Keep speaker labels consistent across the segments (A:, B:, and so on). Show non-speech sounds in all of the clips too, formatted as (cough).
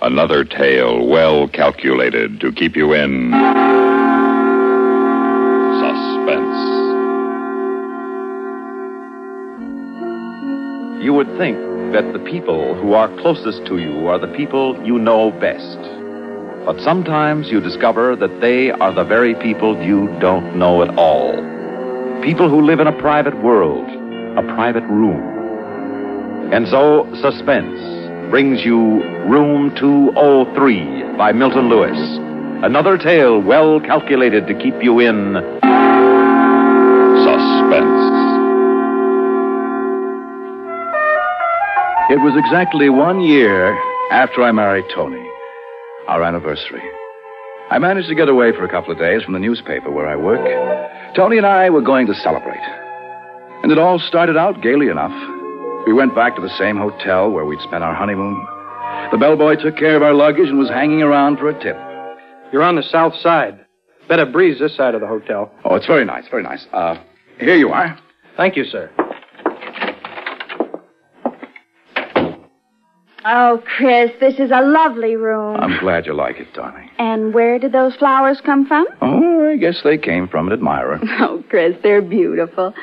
A: Another tale well calculated to keep you in suspense.
B: You would think that the people who are closest to you are the people you know best. But sometimes you discover that they are the very people you don't know at all. People who live in a private world, a private room. And so, Suspense brings you Room 203 by Milton Lewis. Another tale well calculated to keep you in
A: Suspense.
C: It was exactly one year after I married Tony, our anniversary. I managed to get away for a couple of days from the newspaper where I work. Tony and I were going to celebrate. And it all started out gaily enough. We went back to the same hotel where we'd spent our honeymoon. The bellboy took care of our luggage and was hanging around for a tip.
D: You're on the south side. Better breeze this side of the hotel.
C: Oh, it's very nice, very nice. Uh, here you are.
D: Thank you, sir.
E: Oh, Chris, this is a lovely room.
C: I'm glad you like it, darling.
E: and where did those flowers come from?
C: Oh, I guess they came from an admirer.
E: (laughs) Oh, Chris, they're beautiful.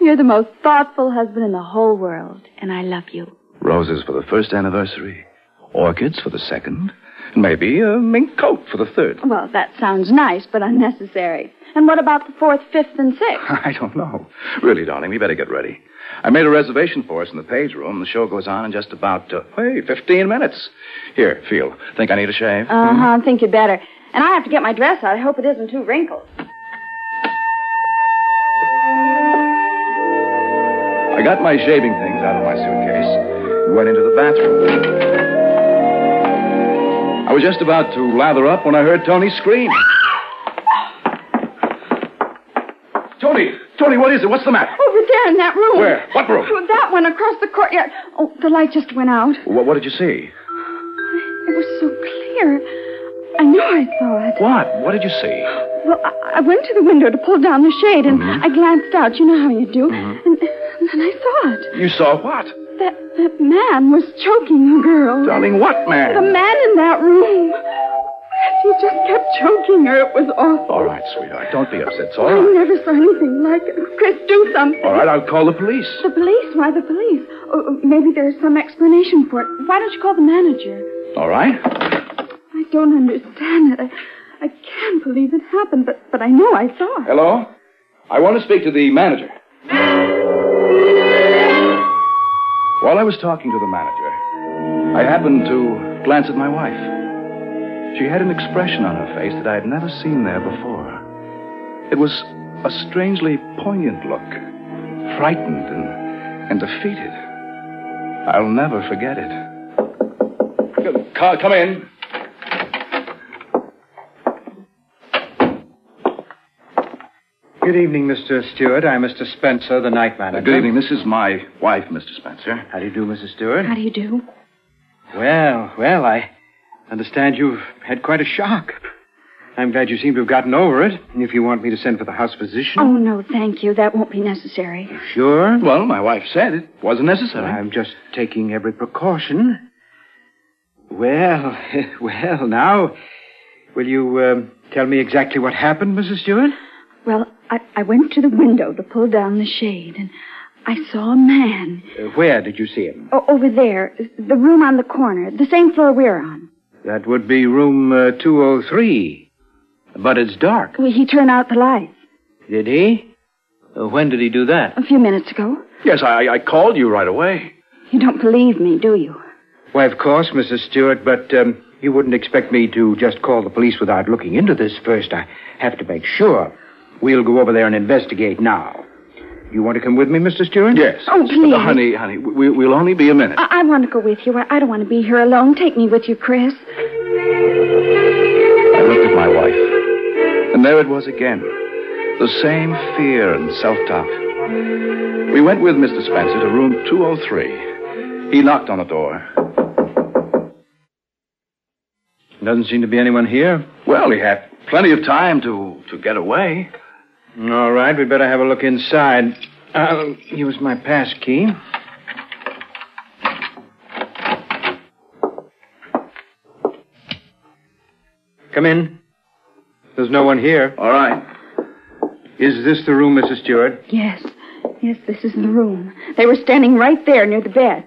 E: You're the most thoughtful husband in the whole world, and I love you.
C: Roses for the first anniversary, orchids for the second, and maybe a mink coat for the third. (laughs)
E: Well, that sounds nice, but unnecessary. And what about the fourth, fifth, and sixth?
C: I don't know. Really, darling, we better get ready. I made a reservation for us in the page room. The show goes on in just about, uh, hey, 15 minutes. Here, feel. Think I need a shave?
E: Uh huh, I think you'd better. And I have to get my dress out. I hope it isn't too wrinkled.
C: I got my shaving things out of my suitcase and went into the bathroom. I was just about to lather up when I heard Tony scream. Tony! Tony, what is it? What's the matter?
E: Over there in that room.
C: Where? What room?
E: Oh, that one across the courtyard. Oh, the light just went out.
C: What, what did you see?
E: It was so clear. I knew I saw it.
C: What? What did you see?
E: Well, I, I went to the window to pull down the shade, and I glanced out. You know how you do. And, and then I saw it.
C: You saw what?
E: That, that man was choking the girl.
C: Darling, what man?
E: The man in that room. He just kept choking her. It was awful.
C: All right, sweetheart. Don't be upset. It's all
E: I
C: right.
E: never saw anything like it. Chris, do something.
C: All right, I'll call the police.
E: The police? Why the police? Oh, maybe there's some explanation for it. Why don't you call the manager?
C: All right.
E: I don't understand it. I, I can't believe it happened, but, but I know I saw it.
C: Hello? I want to speak to the manager. While I was talking to the manager, I happened to glance at my wife. She had an expression on her face that I had never seen there before. It was a strangely poignant look, frightened and, and defeated. I'll never forget it. Come, come in.
D: Good evening, Mr. Stewart. I'm Mr. Spencer, the night manager.
C: Good evening. This is my wife, Mr. Spencer.
D: How do you do, Mrs. Stewart?
E: How do you do?
D: Well, well, I understand you've had quite a shock. I'm glad you seem to have gotten over it. If you want me to send for the house physician.
E: Oh, no, thank you. That won't be necessary.
D: Sure.
C: Well, my wife said it wasn't necessary.
D: I'm just taking every precaution. Well, (laughs) well, now, will you um, tell me exactly what happened, Mrs. Stewart?
E: Well, I, I went to the window to pull down the shade, and I saw a man
D: Uh, where did you see him?
E: o- over there, the room on the corner, the same floor we're on.
D: That would be room uh, 203. But it's dark.
E: Well, He turned out the lights
D: Did he? Uh, when did he do that?
E: a few minutes ago.
C: Yes, I, I called you right away.
E: You don't believe me, do you?
D: Why, of course, Mrs. Stewart, but um, you wouldn't expect me to just call the police without looking into this first. I have to make sure. We'll go over there and investigate now. You want to come with me, Mr. Stewart?
C: Yes.
E: Oh, please.
C: But, uh, honey, honey, we, we'll only be a minute.
E: I, I want to go with you. I, I don't want to be here alone. Take me with you, Chris.
C: I looked at my wife, and there it was again. The same fear and self doubt. We went with Mr. Spencer to room 203. He knocked on the door.
D: Doesn't seem to be anyone here.
C: Well, he had plenty of time to, to get away.
D: All right, we'd better have a look inside. I'll use my pass key. Come in. There's no one here.
F: All right.
D: Is this the room, Mrs. Stewart?
E: Yes. Yes, this is the room. They were standing right there near the bed.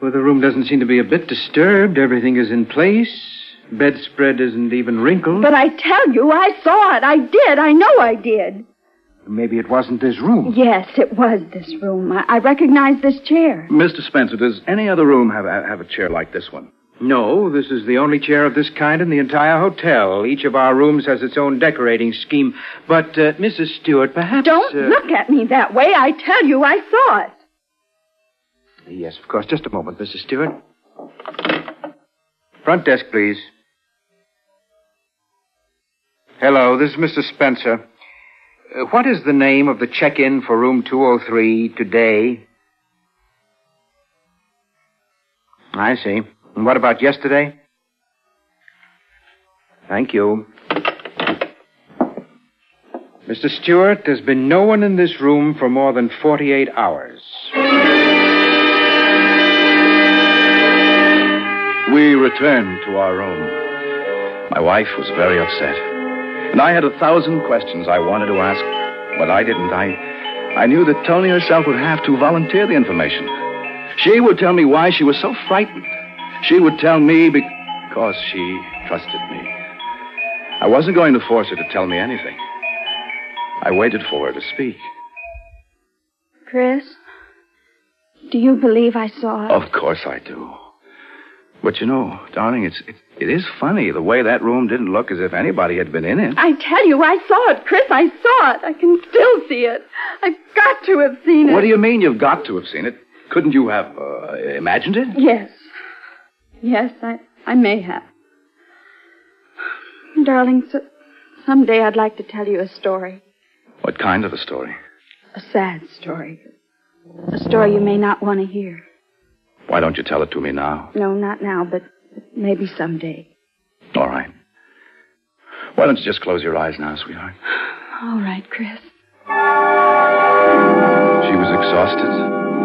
D: Well, the room doesn't seem to be a bit disturbed. Everything is in place. Bedspread isn't even wrinkled.
E: But I tell you, I saw it. I did. I know I did.
D: Maybe it wasn't this room.
E: Yes, it was this room. I, I recognized this chair.
F: Mr. Spencer, does any other room have, a- have a chair like this one?
D: No, this is the only chair of this kind in the entire hotel. Each of our rooms has its own decorating scheme. But, uh, Mrs. Stewart, perhaps.
E: Don't
D: uh,
E: look at me that way. I tell you, I saw it.
D: Yes, of course. Just a moment, Mrs. Stewart. Front desk, please. Hello, this is Mr. Spencer. Uh, what is the name of the check in for room 203 today? I see. And what about yesterday? Thank you. Mr. Stewart, there's been no one in this room for more than 48 hours.
F: We returned to our room. My wife was very upset. And I had a thousand questions I wanted to ask, but I didn't. I, I knew that Tony herself would have to volunteer the information. She would tell me why she was so frightened. She would tell me because she trusted me. I wasn't going to force her to tell me anything. I waited for her to speak.
E: Chris, do you believe I saw it?
F: Of course I do. But you know, darling, it's, it, it is funny the way that room didn't look as if anybody had been in it.
E: I tell you, I saw it, Chris. I saw it. I can still see it. I've got to have seen it.
F: What do you mean you've got to have seen it? Couldn't you have uh, imagined it?
E: Yes. Yes, I, I may have. Darling, so, someday I'd like to tell you a story.
F: What kind of a story?
E: A sad story. A story you may not want to hear.
F: Why don't you tell it to me now?
E: No, not now, but but maybe someday.
F: All right. Why don't you just close your eyes now, sweetheart?
E: All right, Chris.
F: She was exhausted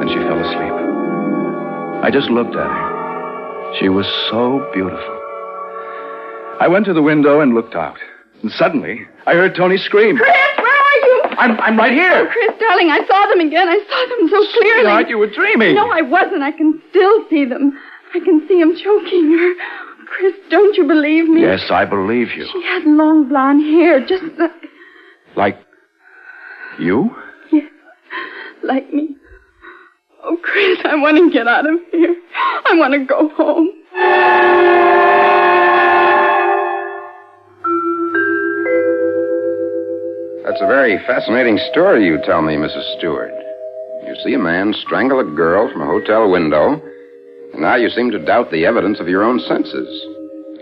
F: and she fell asleep. I just looked at her. She was so beautiful. I went to the window and looked out. And suddenly, I heard Tony scream.
E: Chris, where are you?
F: I'm, I'm right here.
E: Chris, darling, I saw them again. I saw them so clearly.
F: Sweetheart, you were dreaming.
E: No, I wasn't. I can still see them. I can see him choking her. Chris, don't you believe me?
F: Yes, I believe you.
E: She had long blonde hair, just like,
F: Like you?
E: like me. Oh, Chris, I want to get out of here. I want to go home.
G: That's a very fascinating story you tell me, Mrs. Stewart. Oh. You see a man strangle a girl from a hotel window, and now you seem to doubt the evidence of your own senses.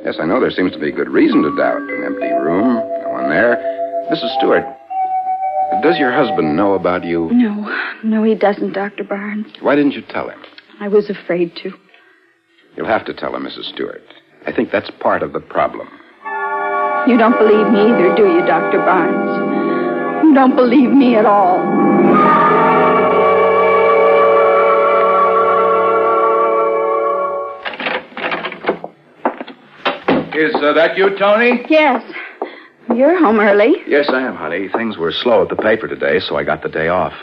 G: Yes, I know there seems to be good reason to doubt an empty room, no one there. Mrs. Stewart, does your husband know about you?
E: No, no, he doesn't, Dr. Barnes.
G: Why didn't you tell him?
E: I was afraid to.
G: You'll have to tell him, Mrs. Stewart. I think that's part of the problem.
E: You don't believe me either, do you, Dr. Barnes? You don't believe me at all.
F: Is uh, that you, Tony?
E: Yes. You're home early.
F: Yes, I am, honey. Things were slow at the paper today, so I got the day off.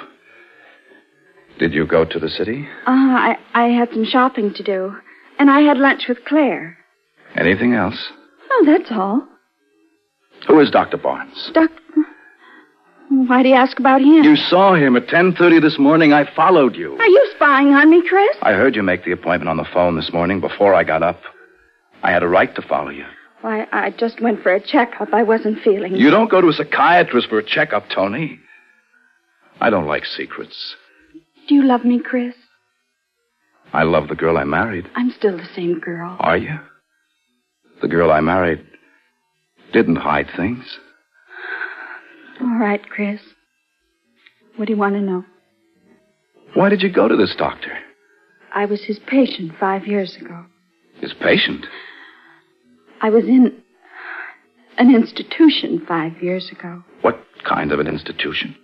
F: Did you go to the city?
E: Uh, I, I had some shopping to do, and I had lunch with Claire.
F: Anything else?
E: Oh, that's all.
F: Who is Dr. Barnes?
E: Doc, why do you ask about him?
F: You saw him at 10:30 this morning. I followed you.
E: Are you spying on me, Chris?
F: I heard you make the appointment on the phone this morning before I got up. I had a right to follow you.
E: Why, I just went for a checkup. I wasn't feeling.
F: You don't go to a psychiatrist for a checkup, Tony. I don't like secrets.
E: Do you love me, Chris?
F: I love the girl I married.
E: I'm still the same girl.
F: Are you? The girl I married didn't hide things.
E: All right, Chris. What do you want to know?
F: Why did you go to this doctor?
E: I was his patient five years ago.
F: His patient.
E: I was in an institution five years ago,
F: What kind of an institution?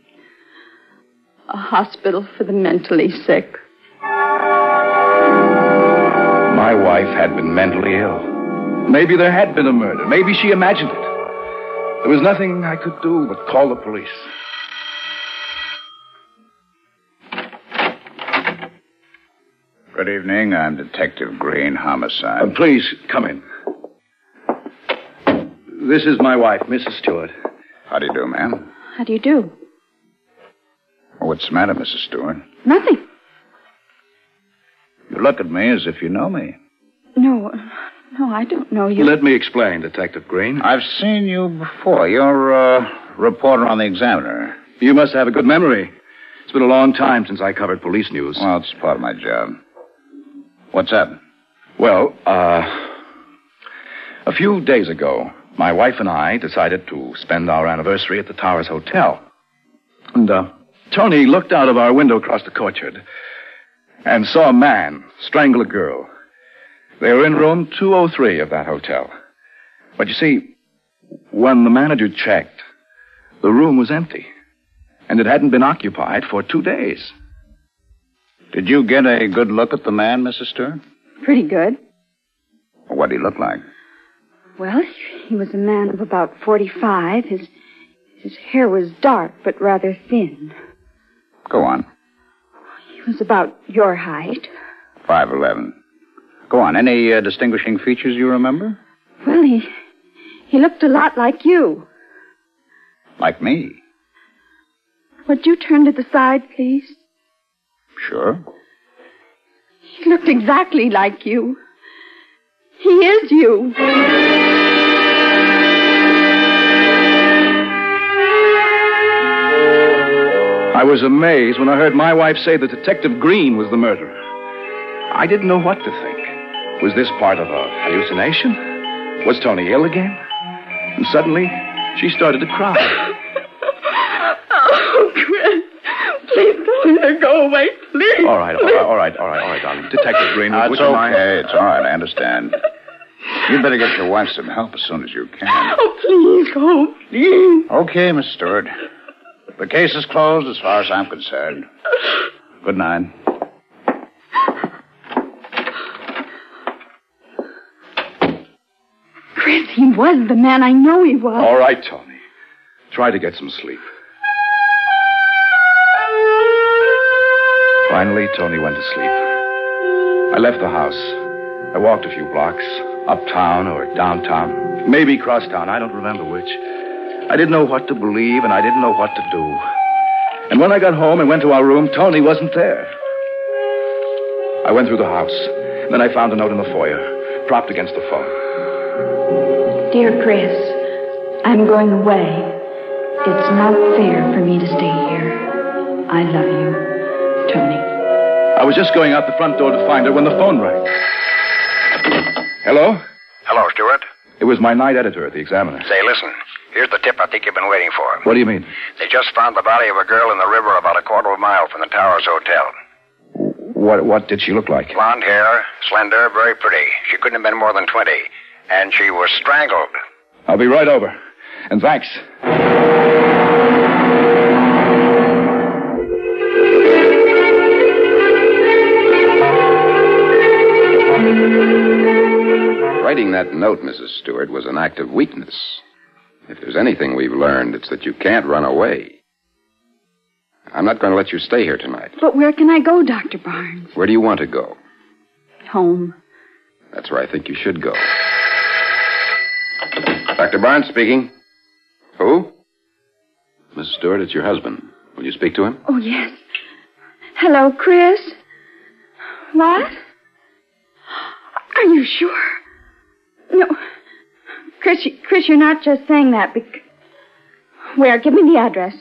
E: a hospital for the mentally sick.
F: My wife had been mentally ill. Maybe there had been a murder. Maybe she imagined it. There was nothing I could do but call the police.
C: Good evening. I'm Detective Green, homicide.
F: Uh, please, come in. This is my wife, Mrs. Stewart.
C: How do you do, ma'am?
E: How do you do?
C: What's the matter, Mrs. Stewart?
E: Nothing.
C: You look at me as if you know me.
E: No, no, I don't know you.
F: Let me explain, Detective Green.
C: I've seen you before. You're a reporter on the Examiner.
F: You must have a good memory. It's been a long time since I covered police news.
C: Well, it's part of my job. What's up?
F: Well, uh, a few days ago, my wife and I decided to spend our anniversary at the Towers Hotel. And, uh, Tony looked out of our window across the courtyard and saw a man strangle a girl. They were in room 203 of that hotel. But you see, when the manager checked, the room was empty. And it hadn't been occupied for two days.
C: Did you get a good look at the man, Mrs. Stewart?
E: Pretty good.
C: What did he look like?
E: Well, he was a man of about 45. His, his hair was dark, but rather thin.
C: Go on.
E: He was about your height.
C: 5'11. Go on. Any uh, distinguishing features you remember?
E: Well, he, he looked a lot like you.
C: Like me?
E: Would you turn to the side, please?
C: Sure.
E: He looked exactly like you. He is you.
F: I was amazed when I heard my wife say that Detective Green was the murderer. I didn't know what to think. Was this part of a hallucination? Was Tony ill again? And suddenly, she started to cry.
E: Oh, Chris. Please don't let her go away. Please.
F: all right, all right, all right, all right, all right, darling. Detective Green,
C: No,
F: would
C: it's
F: you mind-
C: okay. It's all right. I understand. You better get your wife some help as soon as you can.
E: Oh, please go. Please.
C: Okay, Miss Stewart. The case is closed as far as I'm concerned. Good night.
E: Chris, he was the man I know he was.
F: All right, Tony. Try to get some sleep. Finally, Tony went to sleep. I left the house. I walked a few blocks, uptown or downtown, maybe crosstown, I don't remember which. I didn't know what to believe, and I didn't know what to do. And when I got home and went to our room, Tony wasn't there. I went through the house. Then I found a note in the foyer, propped against the phone.
E: Oh. Dear Chris, I'm going away. It's not fair for me to stay here. I love you, Tony.
F: I was just going out the front door to find her when the phone rang. Hello?
H: Hello, Stewart.
F: It was my night editor at the Examiner.
H: Say, listen. Here's the tip I think you've been waiting for.
F: What do you mean?
H: They just found the body of a girl in the river about a quarter of a mile from the Towers Hotel.
F: What what did she look like?
H: Blonde hair, slender, very pretty. She couldn't have been more than 20. And she was strangled.
F: I'll be right over. And thanks.
G: Writing that note, Mrs. Stewart, was an act of weakness. If there's anything we've learned, it's that you can't run away. I'm not going to let you stay here tonight.
E: But where can I go, Dr. Barnes?
G: Where do you want to go?
E: Home.
G: That's where I think you should go. Dr. Barnes speaking. Who? Mrs. Stewart, it's your husband. Will you speak to him?
E: Oh, yes. Hello, Chris. What? Are you sure? No. Chris, you- Chris, you're not just saying that because. Where? Give me the address.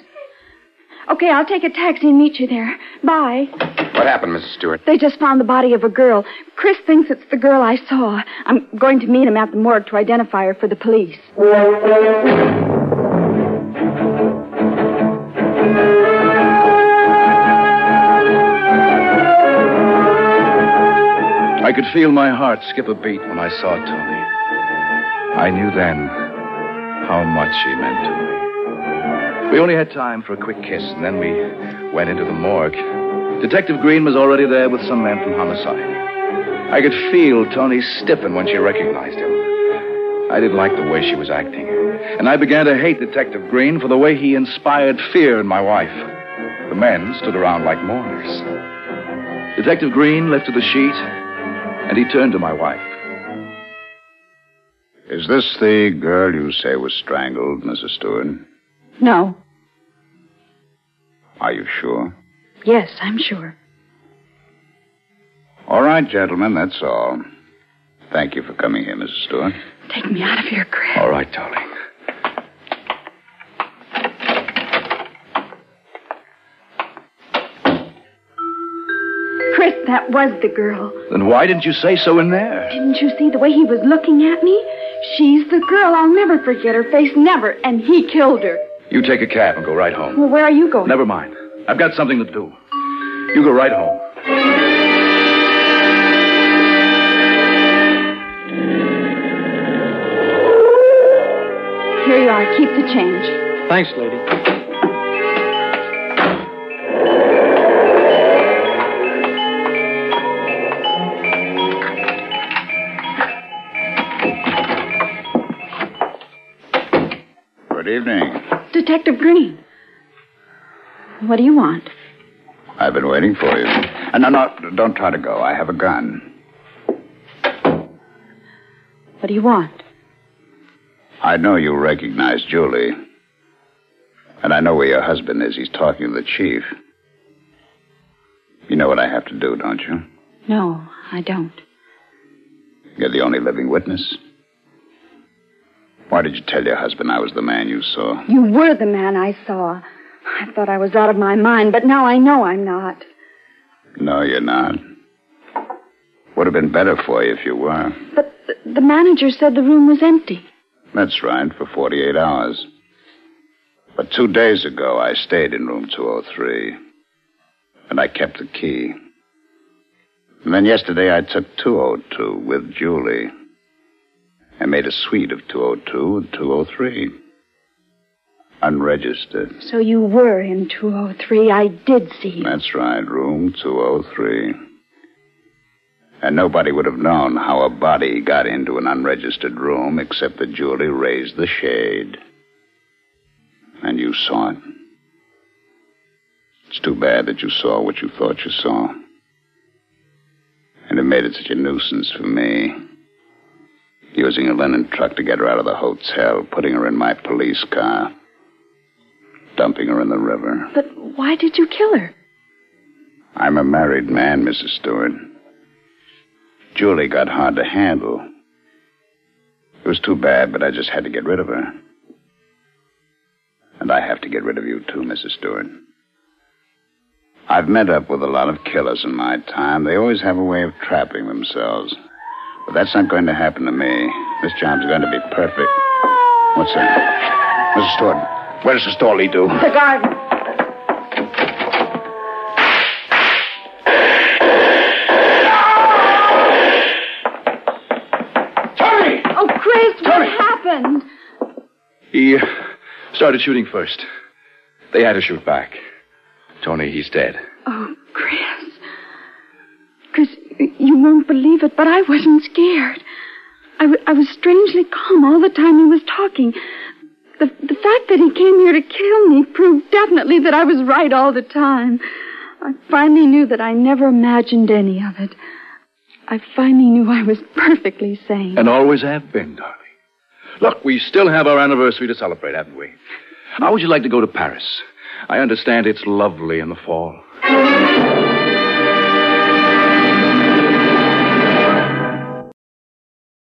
E: Okay, I'll take a taxi and meet you there. Bye.
G: What happened, Mrs. Stewart?
E: They just found the body of a girl. Chris thinks it's the girl I saw. I'm going to meet him at the morgue to identify her for the police.
F: I could feel my heart skip a beat when I saw Tony. I knew then how much she meant to me. We only had time for a quick kiss, and then we went into the morgue. Detective Green was already there with some man from homicide. I could feel Tony stiffen when she recognized him. I didn't like the way she was acting. And I began to hate Detective Green for the way he inspired fear in my wife. The men stood around like mourners. Detective Green lifted the sheet, and he turned to my wife.
C: Is this the girl you say was strangled, Mrs. Stewart?
E: No.
C: Are you sure?
E: Yes, I'm sure.
C: All right, gentlemen, that's all. Thank you for coming here, Mrs. Stewart.
E: Take me out of here, Chris.
F: All right, darling.
E: Chris, that was the girl.
F: Then why didn't you say so in there?
E: Didn't you see the way he was looking at me? She's the girl. I'll never forget her face, never. And he killed her.
F: You take a cab and go right home.
E: Well, where are you going?
F: Never mind. I've got something to do. You go right home.
E: Here you are. Keep the change.
I: Thanks, lady.
C: Good evening.
E: Detective Green. What do you want?
C: I've been waiting for you. Uh, no, no, don't try to go. I have a gun.
E: What do you want?
C: I know you recognize Julie. And I know where your husband is. He's talking to the chief. You know what I have to do, don't you?
E: No, I don't.
C: You're the only living witness. Why did you tell your husband I was the man you saw?
E: You were the man I saw. I thought I was out of my mind, but now I know I'm not.
C: No, you're not. Would have been better for you if you were.
E: But th- the manager said the room was empty.
C: That's right, for 48 hours. But two days ago, I stayed in room 203, and I kept the key. And then yesterday, I took 202 with Julie. I made a suite of 202 and 203. Unregistered.
E: So you were in 203. I did see you.
C: That's right, room 203. And nobody would have known how a body got into an unregistered room except that Julie raised the shade. And you saw it. It's too bad that you saw what you thought you saw. And it made it such a nuisance for me. Using a linen truck to get her out of the hotel, putting her in my police car, dumping her in the river.
E: But why did you kill her?
C: I'm a married man, Mrs. Stewart. Julie got hard to handle. It was too bad, but I just had to get rid of her. And I have to get rid of you, too, Mrs. Stewart. I've met up with a lot of killers in my time. They always have a way of trapping themselves. But that's not going to happen to me. This job's going to be perfect. What's that? Mrs. Stewart, where's the store, Lee-Doo?
E: The garden. Oh, Chris, what happened?
F: He uh, started shooting first. They had to shoot back. Tony, he's dead.
E: Oh, Chris. Chris, you won't believe it, but I wasn't scared. I, w- I was strangely calm all the time he was talking. The, the fact that he came here to kill me proved definitely that I was right all the time. I finally knew that I never imagined any of it. I finally knew I was perfectly sane.
F: And always have been, darling. Look, we still have our anniversary to celebrate, haven't we? How would you like to go to Paris? I understand it's lovely in the fall.